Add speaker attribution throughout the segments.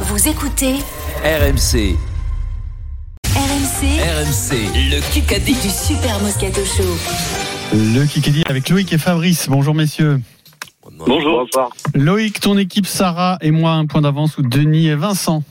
Speaker 1: Vous écoutez
Speaker 2: RMC,
Speaker 1: RMC,
Speaker 2: RMC, le Kikadi.
Speaker 1: du Super Moscato Show.
Speaker 3: Le Kikadi avec Loïc et Fabrice. Bonjour messieurs.
Speaker 4: Bonjour. Bonsoir.
Speaker 3: Loïc, ton équipe Sarah et moi un point d'avance ou Denis et Vincent.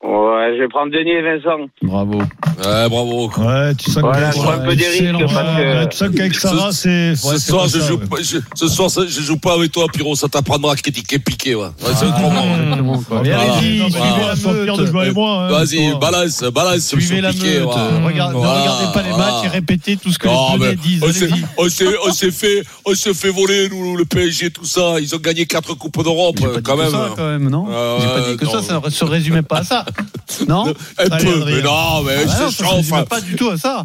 Speaker 4: Ouais, je vais prendre Denis et Vincent.
Speaker 3: Bravo.
Speaker 5: Ouais, bravo.
Speaker 6: Ouais, tu sens
Speaker 4: Voilà,
Speaker 6: qu'avec
Speaker 4: je
Speaker 6: Sarah-
Speaker 4: prends un peu des risques,
Speaker 6: excellent.
Speaker 4: parce que-
Speaker 6: Ouais, tu sens qu'avec Sarah, c'est.
Speaker 5: Ce
Speaker 6: ouais, c'est
Speaker 5: soir,
Speaker 6: pas
Speaker 5: je
Speaker 6: ça,
Speaker 5: joue
Speaker 6: ouais.
Speaker 5: pas, je- ce soir, ça- je joue pas avec toi, Pierrot. Ça t'apprendra à critiquer piqué, ouais. Ouais, c'est autrement.
Speaker 7: Ah,
Speaker 3: Exactement, quoi.
Speaker 6: Allez,
Speaker 5: Voilà.
Speaker 6: allez-y,
Speaker 5: Voilà.
Speaker 6: suivez la
Speaker 3: Voilà.
Speaker 6: pire de jouer avec moi. hein, ce
Speaker 5: Vas-y,
Speaker 6: soir.
Speaker 5: balance, balance.
Speaker 6: Suivez
Speaker 5: sur
Speaker 6: la meute.
Speaker 5: Piqué, ouais.
Speaker 6: euh, regarde- Ne
Speaker 5: Voilà,
Speaker 6: regardez pas les
Speaker 5: voilà.
Speaker 6: matchs et répétez tout ce que
Speaker 5: Non,
Speaker 6: les
Speaker 5: mais
Speaker 6: Lyonnais disent.
Speaker 5: on s'est-
Speaker 6: allez-y.
Speaker 5: on s'est- on s'est fait, on s'est fait voler, nous, le PSG, tout ça. Ils ont gagné quatre coupes d'Europe,
Speaker 3: J'ai pas dit
Speaker 5: quand
Speaker 3: que
Speaker 5: même.
Speaker 3: ça, quand même, non
Speaker 5: Euh,
Speaker 3: J'ai pas dit que
Speaker 5: non.
Speaker 3: ça, ça ne se résumait pas à ça. Non
Speaker 5: Un
Speaker 6: Allez,
Speaker 5: peu,
Speaker 6: Adrien.
Speaker 5: mais non, mais
Speaker 3: Ah non,
Speaker 5: c'est
Speaker 3: Ça ne se
Speaker 5: chiant,
Speaker 3: résumait
Speaker 5: enfin.
Speaker 3: pas du tout à ça.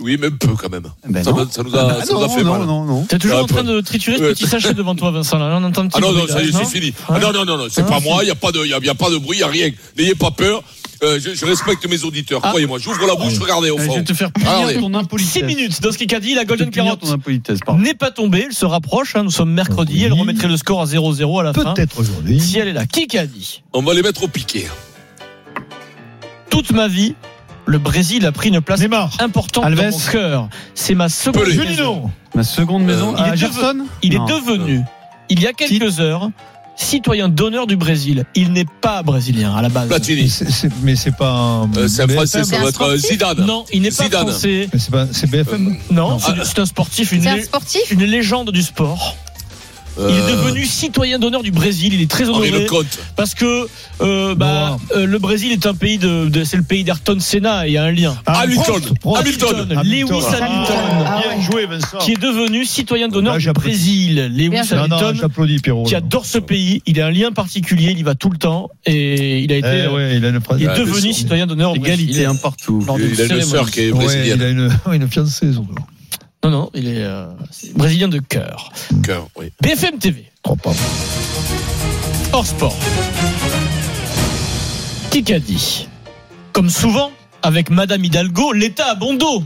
Speaker 5: Oui, mais un peu, quand même.
Speaker 3: Ben
Speaker 5: ça,
Speaker 3: non.
Speaker 5: m'a- ça nous a,
Speaker 3: Ah
Speaker 5: ça nous a
Speaker 3: non,
Speaker 5: fait
Speaker 3: non,
Speaker 5: mal.
Speaker 3: non, non.
Speaker 7: T'es toujours
Speaker 5: Ouais,
Speaker 7: en train de triturer ce
Speaker 5: Ah, ouais.
Speaker 7: petit sachet devant toi, Vincent. Là, Là, on entend un petit
Speaker 5: Ah non,
Speaker 7: bruit,
Speaker 5: non,
Speaker 7: là,
Speaker 5: ça y est,
Speaker 7: non
Speaker 5: c'est fini. Ah non, non, non, non, c'est pas moi, il n'y a, pas de- y a, y a pas de bruit, il n'y a rien. N'ayez pas peur, euh, je, je respecte mes auditeurs,
Speaker 3: Ah.
Speaker 5: croyez-moi. J'ouvre la bouche, regardez au
Speaker 3: Euh, Je
Speaker 5: fond.
Speaker 3: vais te faire
Speaker 5: Allez.
Speaker 3: punir ton impolitesse.
Speaker 7: 6 minutes dans ce qu'a dit
Speaker 3: Je
Speaker 7: la
Speaker 3: vais
Speaker 7: Golden
Speaker 3: te punir ton
Speaker 7: Carotte
Speaker 3: impolitesse, pardon.
Speaker 7: n'est pas tombée, elle se rapproche, hein, nous sommes mercredi,
Speaker 6: Oui.
Speaker 7: elle remettrait le score à 0-0 à la
Speaker 3: Hein
Speaker 7: fin.
Speaker 6: Peut-être
Speaker 7: Si
Speaker 6: aujourd'hui.
Speaker 7: elle est là, qui qu'a dit
Speaker 5: On va les mettre au piqué. hein.
Speaker 7: Toute ma vie, le Brésil a pris une place
Speaker 6: Neymar.
Speaker 7: importante
Speaker 3: Alves.
Speaker 7: dans mon cœur. C'est ma seconde
Speaker 5: Pelé.
Speaker 7: maison.
Speaker 6: Julino.
Speaker 3: Ma seconde maison,
Speaker 7: Euh, il est
Speaker 3: à Gerson
Speaker 7: Il est
Speaker 3: Non.
Speaker 7: devenu, il y a quelques heures, citoyen d'honneur du Brésil. Il n'est pas brésilien à la base.
Speaker 5: Platini.
Speaker 6: C'est- c'est- Mais c'est pas un.
Speaker 5: Euh, c'est un
Speaker 6: BFM.
Speaker 5: français, ça
Speaker 8: un
Speaker 5: doit être euh,
Speaker 8: sportif
Speaker 5: Zidane.
Speaker 7: Non, il n'est pas
Speaker 5: Zidane. Ah.
Speaker 7: français.
Speaker 6: Mais c'est pas- C'est BFM.
Speaker 7: Non,
Speaker 6: Non.
Speaker 7: c'est c'est un sportif, une,
Speaker 8: C'est un
Speaker 7: lé-
Speaker 8: sportif
Speaker 7: une légende du sport. Il est devenu citoyen d'honneur du Brésil. Il est très
Speaker 5: Euh, Henri
Speaker 7: honoré
Speaker 5: Lecomte.
Speaker 7: parce que euh, bah,
Speaker 6: Noir.
Speaker 7: euh, le Brésil est un pays de, de- c'est le pays d'Ayrton Senna. et Il y a un lien.
Speaker 6: Ah,
Speaker 5: Hamilton.
Speaker 6: Prost, Prost.
Speaker 5: Hamilton.
Speaker 3: Euh,
Speaker 7: Lewis
Speaker 6: Ah,
Speaker 7: Hamilton.
Speaker 6: Bien joué, Vincent.
Speaker 7: qui est devenu citoyen d'honneur
Speaker 6: Là,
Speaker 7: du
Speaker 6: j'applaudis.
Speaker 7: Brésil. Lewis
Speaker 8: Bien joué.
Speaker 6: Ah Non, non,
Speaker 7: Hamilton,
Speaker 6: j'applaudis, Pierrot.
Speaker 7: qui adore ce pays. Il a un lien particulier. Il y va tout le temps et il a
Speaker 6: Eh
Speaker 7: été. euh,
Speaker 6: ouais, hein. il a une
Speaker 7: Il est
Speaker 5: Ah, bien
Speaker 7: devenu
Speaker 5: sûr.
Speaker 7: citoyen d'honneur. au Brésil.
Speaker 3: Égalité, un partout.
Speaker 7: Lors d'une
Speaker 5: Il a une
Speaker 7: cérémonie.
Speaker 5: sœur qui est
Speaker 6: Ouais, il
Speaker 5: brésilienne.
Speaker 6: a une, une fiancée, surtout.
Speaker 7: Non, non, il est euh, c'est brésilien de cœur.
Speaker 5: Cœur, oui.
Speaker 7: BFM TV,
Speaker 6: Oh, pardon.
Speaker 7: hors sport. Qui qu'a dit Comme souvent, avec Madame Hidalgo, l'État a bon dos.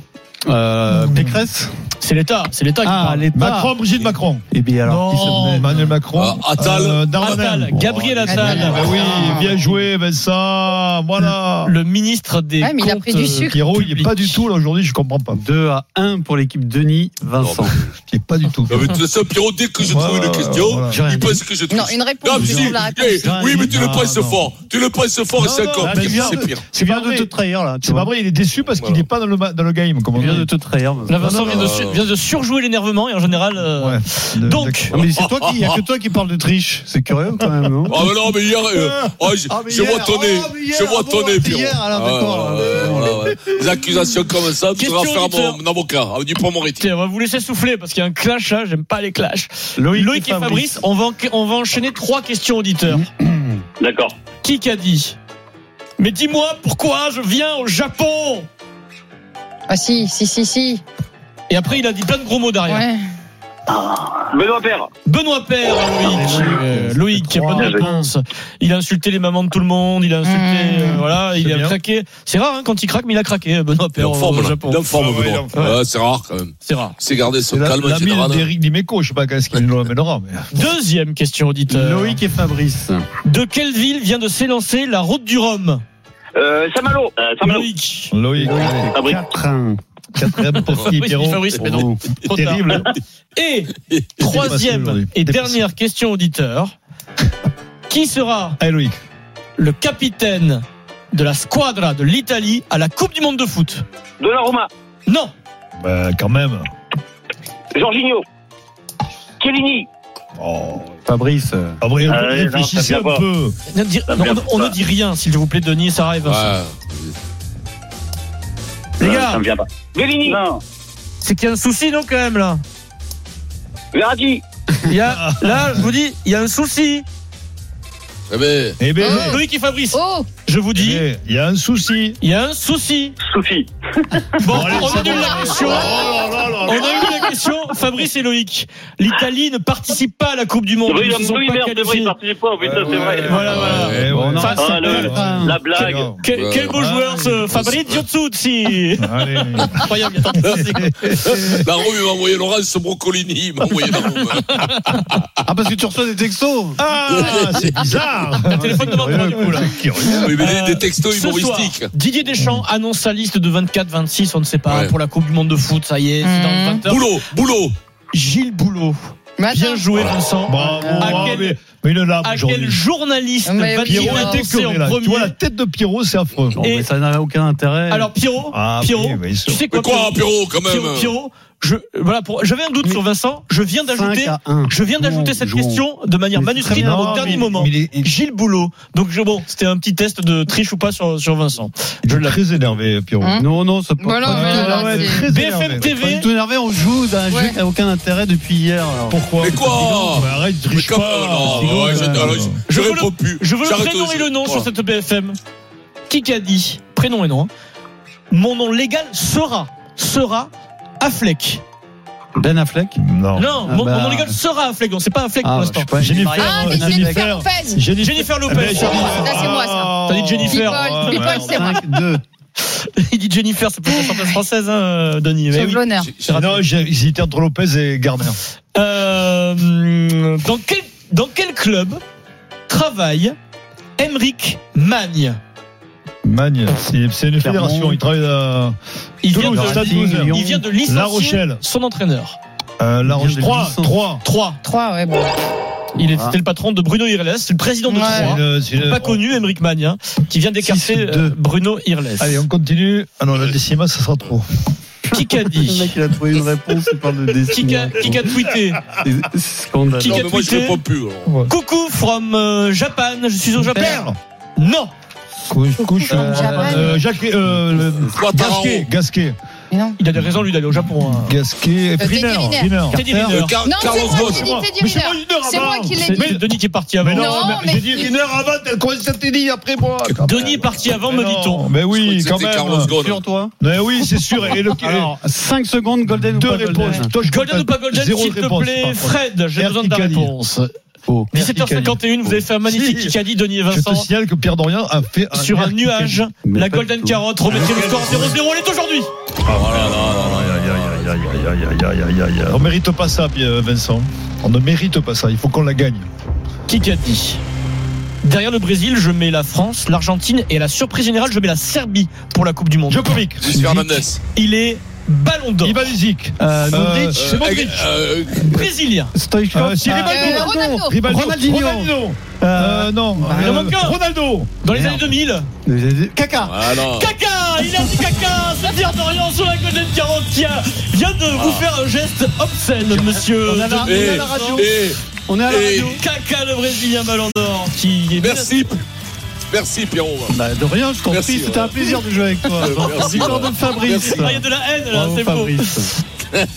Speaker 3: Euh, Pécresse
Speaker 7: C'est l'État, c'est l'État qui
Speaker 3: Ah,
Speaker 7: parle.
Speaker 3: l'État.
Speaker 6: Macron, Brigitte Macron.
Speaker 3: Eh bien alors, qui se
Speaker 7: Non.
Speaker 3: met
Speaker 6: Emmanuel Macron. Euh,
Speaker 5: Ah, Attal.
Speaker 6: Darmanin.
Speaker 7: Attal, Gabriel Attal.
Speaker 6: Ah oui, bien joué, Vincent. Voilà.
Speaker 7: Le ministre des
Speaker 8: Ouais, mais il a pris
Speaker 7: Comptes euh,
Speaker 8: du sucre.
Speaker 6: Pierrot, il n'est
Speaker 7: publics.
Speaker 6: pas du tout là aujourd'hui, je comprends pas.
Speaker 3: 2 à 1 pour l'équipe Denis, Vincent.
Speaker 6: Il n'est pas du tout.
Speaker 5: Non, mais tu sais, Pierrot, dès que je
Speaker 6: Ouais,
Speaker 5: trouve
Speaker 6: ouais,
Speaker 5: une question,
Speaker 6: voilà.
Speaker 3: J'ai rien
Speaker 5: il
Speaker 3: dit.
Speaker 5: pense que je
Speaker 8: Non,
Speaker 5: triche.
Speaker 8: une
Speaker 5: Non,
Speaker 8: réponse,
Speaker 5: mais
Speaker 8: je
Speaker 5: si,
Speaker 8: trouve la réponse.
Speaker 5: eh, oui, mais tu le
Speaker 6: Non,
Speaker 5: penses
Speaker 6: non.
Speaker 5: fort. Tu le penses fort,
Speaker 6: Non,
Speaker 5: c'est
Speaker 6: non,
Speaker 5: encore
Speaker 6: mais
Speaker 5: pire.
Speaker 6: bien.
Speaker 5: C'est pire.
Speaker 3: Tu
Speaker 6: C'est pas
Speaker 3: viens de
Speaker 6: vrai.
Speaker 3: te trahir là. Tu
Speaker 6: C'est
Speaker 3: vois.
Speaker 6: pas vrai, il est déçu parce qu'il
Speaker 5: Voilà.
Speaker 6: n'est pas dans le, ma- dans le game. Comme on
Speaker 3: Tu viens
Speaker 6: dit.
Speaker 3: de te trahir.
Speaker 7: Là, Vincent vient de,
Speaker 5: Non, non,
Speaker 7: su-
Speaker 5: non.
Speaker 7: vient de surjouer l'énervement et en général. euh,
Speaker 6: Ouais. Le-
Speaker 7: Donc,
Speaker 3: Ah, mais c'est toi qui, y a que toi qui parles de triche. C'est curieux quand même, non
Speaker 5: Ah, mais non, mais hier, euh, oh, je,
Speaker 3: Ah, mais
Speaker 5: je
Speaker 3: hier,
Speaker 5: vois ton
Speaker 3: ah,
Speaker 5: nez.
Speaker 3: mais hier,
Speaker 5: je vois
Speaker 3: ah
Speaker 5: ton
Speaker 3: bon,
Speaker 5: nez,
Speaker 3: c'est
Speaker 5: Pierrot.
Speaker 3: hier, alors, d'accord,
Speaker 5: Ah,
Speaker 3: là.
Speaker 5: ouais, voilà, ouais. Les accusations comme ça, tu
Speaker 7: Question
Speaker 5: vas faire
Speaker 7: auditeur.
Speaker 5: mon, mon avocat, Avenue Pont-Moretti.
Speaker 7: Tiens, on va vous laisser souffler parce qu'il y a un clash là, j'aime pas les clashs. Loïc, et Fabrice, on, va en- on va enchaîner trois questions auditeurs.
Speaker 6: Mhm.
Speaker 4: D'accord.
Speaker 7: Qui qu'a dit Mais dis-moi pourquoi je viens au Japon
Speaker 8: Ah si, si, si, si.
Speaker 7: Et après, il a dit plein de gros mots derrière.
Speaker 8: Ouais.
Speaker 4: Benoît Père.
Speaker 7: Benoît Père,
Speaker 5: Ah
Speaker 7: Loïc. Euh, Loïc,
Speaker 6: Trois.
Speaker 7: bonne réponse. Il a insulté les mamans de tout le monde. Il a insulté.
Speaker 8: Mmh.
Speaker 7: euh, voilà, il a
Speaker 6: bien.
Speaker 7: craqué. C'est rare hein, quand il craque, mais il a craqué,
Speaker 5: Il
Speaker 7: Benoît
Speaker 5: est
Speaker 7: Père,
Speaker 5: en
Speaker 7: au-
Speaker 5: forme,
Speaker 7: au
Speaker 5: là.
Speaker 7: Japon.
Speaker 5: Il est en forme,
Speaker 6: Ah ouais, il est
Speaker 5: Benoît.
Speaker 6: en forme.
Speaker 5: Ouais, c'est rare, quand même.
Speaker 7: C'est rare.
Speaker 5: C'est garder
Speaker 6: C'est
Speaker 5: son
Speaker 6: la,
Speaker 5: calme en
Speaker 6: la mine
Speaker 5: général.
Speaker 6: d'Éric Dimeco, je sais pas qu'est-ce qu'il nous l'amènera. Mais...
Speaker 7: Deuxième question auditeur.
Speaker 3: Loïc et Fabrice.
Speaker 7: De quelle ville vient de s'élancer la route du Rhum
Speaker 4: Euh, Samalo. Euh,
Speaker 5: Ah,
Speaker 4: Samalo.
Speaker 7: Loïc.
Speaker 6: Loïc, allez,
Speaker 4: Fabrice.
Speaker 3: 4-1.
Speaker 6: quatrième profil,
Speaker 7: Fabrice,
Speaker 6: Pierrot.
Speaker 7: Fabrice, mais non. Trop tard.
Speaker 6: Terrible.
Speaker 7: Et
Speaker 6: Dépassé
Speaker 7: troisième
Speaker 6: aujourd'hui.
Speaker 7: et
Speaker 6: Dépassé.
Speaker 7: dernière question auditeur. Qui sera
Speaker 6: Allez, Loïc.
Speaker 7: le capitaine de la squadra de l'Italie à la Coupe du Monde de foot
Speaker 4: Donnarumma.
Speaker 7: Non,
Speaker 6: Bah, quand même.
Speaker 4: Jorginho. Kellini.
Speaker 6: Oh.
Speaker 3: Fabrice. euh,
Speaker 6: Ah, vrai,
Speaker 4: Ah, ouais, non,
Speaker 6: réfléchissez
Speaker 4: ça
Speaker 6: un
Speaker 4: vient pas.
Speaker 6: peu.
Speaker 7: Ne dis-
Speaker 4: Ah, Ça
Speaker 7: non,
Speaker 4: vient
Speaker 7: on, on
Speaker 4: pas.
Speaker 7: ne dit rien, s'il vous plaît, Denis, Sarah et Vincent.
Speaker 5: Ouais.
Speaker 7: Les gars,
Speaker 4: Euh, vient pas. Bellini. Non.
Speaker 7: c'est qu'il y a un souci, non, quand même, là
Speaker 4: Verratti.
Speaker 7: Il y a- Là, je vous dis, il y a un souci.
Speaker 5: Eh ben,
Speaker 6: Eh bien,
Speaker 8: Ah.
Speaker 7: Loïc et Fabrice,
Speaker 8: Oh
Speaker 7: je vous
Speaker 6: eh
Speaker 7: dis,
Speaker 6: bien, il y a un souci.
Speaker 7: il y a un souci.
Speaker 4: Sophie.
Speaker 7: Bon,
Speaker 6: Allez,
Speaker 7: on
Speaker 6: c'est
Speaker 7: a eu
Speaker 6: bon.
Speaker 7: la question.
Speaker 6: Oh là là là
Speaker 7: On a eu la question, Fabrice et Loïc. L'Italie ne participe pas à la Coupe du Monde.
Speaker 4: Oui,
Speaker 7: Ils se sont
Speaker 4: oui,
Speaker 7: pas
Speaker 4: merde, c'est vrai,
Speaker 7: qualifiés. Euh,
Speaker 4: il participe pas. Oui, ça, oh c'est vrai.
Speaker 7: Voilà, voilà.
Speaker 6: Ouais,
Speaker 3: On
Speaker 6: voilà.
Speaker 3: en reste
Speaker 4: Ah,
Speaker 3: à
Speaker 4: le-
Speaker 3: quatre, hein.
Speaker 4: La blague.
Speaker 7: Quel, quel beau
Speaker 6: Ouais.
Speaker 7: joueur ce Fabrice Diotsutsi
Speaker 6: Allez.
Speaker 7: Incroyable, il a tenté de passer.
Speaker 5: La Rome, il m'a envoyé Laurence Brocolini. Il m'a envoyé la Rome.
Speaker 3: Ah, parce que tu reçois des textos
Speaker 6: Ah, c'est bizarre.
Speaker 7: Le téléphone devant toi, du coup, là.
Speaker 6: là.
Speaker 5: Oui, mais des- des textos
Speaker 7: Ce soir,
Speaker 5: humoristiques.
Speaker 7: Didier Deschamps annonce sa liste de 24-26, on ne sait pas,
Speaker 5: Ouais.
Speaker 7: pour la Coupe du Monde de foot, ça y est, c'est dans
Speaker 8: Mhm.
Speaker 7: 20 heures.
Speaker 5: Boulot, boulot.
Speaker 7: Gilles Boulot.
Speaker 8: Mais attends.
Speaker 7: Bien joué, Vincent.
Speaker 6: Bravo,
Speaker 7: à
Speaker 6: bravo,
Speaker 7: quel,
Speaker 6: mais, mais il est là
Speaker 7: à quel
Speaker 6: aujourd'hui.
Speaker 7: journaliste
Speaker 8: Mais
Speaker 7: va-t-il
Speaker 8: Pierrot
Speaker 6: Pierrot
Speaker 8: a
Speaker 6: était
Speaker 7: annoncer en
Speaker 6: curé, là. Tu
Speaker 7: premier
Speaker 6: vois, la tête de Pierrot, c'est affreux.
Speaker 3: Bon,
Speaker 7: Et-
Speaker 3: mais ça n'a aucun intérêt.
Speaker 7: Alors, Pierrot,
Speaker 6: Ah,
Speaker 7: Pierrot,
Speaker 6: oui, bien sûr.
Speaker 7: tu sais quoi
Speaker 5: Mais quoi,
Speaker 7: Pierrot
Speaker 5: Pierrot, quand même
Speaker 7: Pierrot, Pierrot, je, voilà, pour- j'avais un doute
Speaker 3: Mais-
Speaker 7: sur Vincent, je viens d'ajouter
Speaker 3: 5 à 1.
Speaker 7: Je viens d'ajouter
Speaker 3: Jouons,
Speaker 7: cette
Speaker 3: jouons.
Speaker 7: question de manière
Speaker 3: Mais
Speaker 7: manuscrite
Speaker 3: très bien.
Speaker 7: au
Speaker 6: Non,
Speaker 7: dernier
Speaker 6: mais-
Speaker 7: moment.
Speaker 3: mais il est- il-
Speaker 7: Gilles Boulot. Donc je, bon, c'était un petit test de triche ou pas sur, sur Vincent.
Speaker 6: Je l'ai très énervé, Pierrot. Ah,
Speaker 8: Hein
Speaker 3: Non, non, ça peut
Speaker 8: Voilà,
Speaker 3: pas.
Speaker 8: mais là,
Speaker 6: ouais,
Speaker 8: c'est-
Speaker 6: très énervé.
Speaker 7: BFM
Speaker 3: Pas du
Speaker 7: TV.
Speaker 3: tout énervé, on joue d'un jeu
Speaker 8: Ouais.
Speaker 3: qui n'a aucun intérêt depuis hier. alors.
Speaker 6: Pourquoi
Speaker 5: Mais quoi
Speaker 6: Mais Arrête,
Speaker 5: Mais
Speaker 6: triche
Speaker 5: comme-
Speaker 6: pas.
Speaker 5: non,
Speaker 6: Sinon,
Speaker 5: ouais,
Speaker 6: euh,
Speaker 5: je- alors, je-
Speaker 7: Je
Speaker 5: je
Speaker 7: veux le-
Speaker 5: réponds plus.
Speaker 7: Je veux le
Speaker 5: J'arrête
Speaker 7: prénom
Speaker 5: aussi.
Speaker 7: et le nom sur
Speaker 5: Voilà.
Speaker 7: cette BFM. Qui qu'a dit Prénom et nom. hein. Mon nom légal sera, sera Affleck.
Speaker 3: Ben Affleck.
Speaker 6: Non.
Speaker 7: Non,
Speaker 3: Ah
Speaker 7: mon,
Speaker 3: bah.
Speaker 7: mon nom légal sera Affleck. Donc c'est pas Affleck
Speaker 3: Ah,
Speaker 7: pour
Speaker 3: je
Speaker 7: l'instant.
Speaker 3: sais pas,
Speaker 6: Jennifer,
Speaker 8: Ah,
Speaker 6: euh,
Speaker 8: mais Jennifer
Speaker 6: Jennifer.
Speaker 8: Lopez
Speaker 6: Eh ben, Jennifer. Ah, bah,
Speaker 7: Jennifer Lopez.
Speaker 8: Là, c'est moi, ça.
Speaker 7: T'as dit Jennifer.
Speaker 6: hein.
Speaker 8: People, people, c'est moi.
Speaker 3: 5, 2.
Speaker 7: Il dit Jennifer, c'est peut-être la chanteuse française, hein, Denis. Eh
Speaker 8: Sauve
Speaker 7: oui.
Speaker 8: l'honneur.
Speaker 6: Non, j'ai- j'hésitais entre Lopez et Gardner.
Speaker 7: Euh, dans quel dans quel club travaille Emric Magne
Speaker 6: Magne, c'est c'est
Speaker 3: Clermont.
Speaker 6: une fédération. Il travaille à
Speaker 7: Il vient
Speaker 6: Toulouse,
Speaker 7: de,
Speaker 6: Stade
Speaker 3: Racing,
Speaker 6: Toulousain.
Speaker 3: Lyon.
Speaker 7: il vient de licencier
Speaker 6: La Rochelle.
Speaker 7: son entraîneur.
Speaker 6: Euh, La
Speaker 3: Il vient
Speaker 6: Roche
Speaker 3: de 800.
Speaker 6: 3. 3.
Speaker 7: 3.
Speaker 8: 3, ouais, bon.
Speaker 7: Il est-
Speaker 3: Ah.
Speaker 7: c'était le patron de Bruno Irles, c'est le président de
Speaker 8: Ouais.
Speaker 7: Troyes.
Speaker 6: Euh,
Speaker 7: Pas connu, Emric Magne, hein, qui vient d'écarter
Speaker 6: Six, deux.
Speaker 7: euh, Bruno Irles.
Speaker 6: Allez, on continue. Ah non, la décima, ça sera trop.
Speaker 7: Qui qu'a
Speaker 3: Le
Speaker 7: dit
Speaker 3: mec, il a trouvé une réponse, il parle de
Speaker 7: Qui qu'a
Speaker 3: destin.
Speaker 7: qui qu'a tweeté
Speaker 3: C'est scandaleux.
Speaker 7: Qui
Speaker 5: Non,
Speaker 7: qu'a
Speaker 5: mais moi, je
Speaker 7: tweeté
Speaker 5: réponds plus. alors.
Speaker 7: Coucou from euh, Japan, je suis au Japon.
Speaker 6: Père.
Speaker 7: Non,
Speaker 3: Couchon,
Speaker 8: Euh, Japan.
Speaker 6: Euh, Jacques, euh, le-
Speaker 5: Ouattara.
Speaker 6: Gasquet, Gasquet,
Speaker 8: Mais non.
Speaker 7: il a des raisons lui d'aller au Japon. hein.
Speaker 8: Euh,
Speaker 6: Gasquet, Friner,
Speaker 8: Teddy Riner.
Speaker 6: Friner.
Speaker 7: Teddy
Speaker 3: Carter.
Speaker 7: Riner.
Speaker 5: Euh, Car-
Speaker 8: Non, c'est
Speaker 5: Carlos
Speaker 8: moi
Speaker 5: Ghosn.
Speaker 8: qui
Speaker 6: C'est moi.
Speaker 8: l'ai dit Teddy
Speaker 6: Mais c'est
Speaker 8: Riner.
Speaker 6: moi, une heure
Speaker 8: C'est
Speaker 6: avant.
Speaker 8: moi qui l'ai
Speaker 7: C'est
Speaker 8: dit.
Speaker 7: Denis qui est parti avant.
Speaker 6: Mais non,
Speaker 8: Non,
Speaker 6: mais j'ai
Speaker 8: mais-
Speaker 6: dit Riner avant, elle croise cette Teddy après moi. quand même.
Speaker 7: Denis est parti avant, me
Speaker 6: Mais non,
Speaker 7: dit-on.
Speaker 6: Mais
Speaker 5: Je crois que
Speaker 6: oui,
Speaker 5: c'était
Speaker 6: quand même.
Speaker 5: Carlos Ghosn.
Speaker 3: Sur toi
Speaker 6: Mais oui, c'est sûr. Et le,
Speaker 3: Alors, 5 secondes, golden ou
Speaker 6: deux
Speaker 3: pas
Speaker 6: réponses.
Speaker 3: golden
Speaker 6: Toi, je
Speaker 7: Golden ou pas Golden,
Speaker 6: zéro
Speaker 7: s'il te
Speaker 6: réponse,
Speaker 7: plaît,
Speaker 6: par contre.
Speaker 7: Fred, j'ai
Speaker 6: Pierre
Speaker 7: besoin de ta
Speaker 6: Kikadi.
Speaker 7: réponse.
Speaker 3: Faux.
Speaker 7: 17h51, vous avez fait un magnifique
Speaker 6: Si.
Speaker 7: Kikadi, Denis et
Speaker 6: Je te
Speaker 7: Vincent,
Speaker 6: signale que Pierre Dorian a fait un
Speaker 7: sur un
Speaker 6: merde
Speaker 7: nuage.
Speaker 3: Mais
Speaker 7: La
Speaker 3: pas
Speaker 7: Golden
Speaker 3: du tout.
Speaker 7: Carotte, remettez le score 0-0, on est aujourd'hui
Speaker 6: On mérite pas ça, Pierre- Vincent. On ne mérite pas ça. Il faut qu'on la gagne.
Speaker 7: Kikadi. Derrière le Brésil, je mets la France, l'Argentine et à la surprise générale, je mets la Serbie pour la Coupe du Monde.
Speaker 6: Djokovic,
Speaker 5: Luis Fernandez.
Speaker 7: Il est ballon d'or.
Speaker 6: Ibalizic,
Speaker 3: Euh, Modric,
Speaker 5: Euh, euh,
Speaker 7: Brésilien.
Speaker 3: Stoichkov,
Speaker 6: euh, si, Rivaldo,
Speaker 8: Euh, Ronaldo.
Speaker 6: Rivaldo,
Speaker 3: Ronaldinho.
Speaker 6: Ronaldinho.
Speaker 3: euh,
Speaker 6: Euh, non,
Speaker 7: il en
Speaker 6: euh,
Speaker 7: manque un.
Speaker 6: Ronaldo.
Speaker 7: Dans les
Speaker 3: Merde.
Speaker 7: années 2000,
Speaker 3: Caca
Speaker 5: Ah non.
Speaker 7: Caca Il a dit caca C'est Pierre Dorian sur la Golden Carotte qui a- vient de vous faire un geste obscène, monsieur.
Speaker 3: Ah. On a la-
Speaker 7: Denis
Speaker 5: Eh,
Speaker 3: on a la
Speaker 7: Vincent.
Speaker 3: radio.
Speaker 5: eh,
Speaker 3: On est à la
Speaker 5: Et-
Speaker 3: radio
Speaker 7: Caca le Brésilien Ballon d'Or qui est
Speaker 5: merci. Merci, Pierrot.
Speaker 3: Bah, de rien, je t'en
Speaker 5: Merci,
Speaker 3: prie, c'était un
Speaker 5: ouais.
Speaker 3: plaisir de jouer avec toi.
Speaker 5: Euh, merci,
Speaker 3: Victoire
Speaker 5: ouais.
Speaker 3: de Fabrice.
Speaker 5: Merci.
Speaker 7: Ah, il y a de la haine là,
Speaker 3: Bravo,
Speaker 7: c'est beau.
Speaker 3: Fabrice.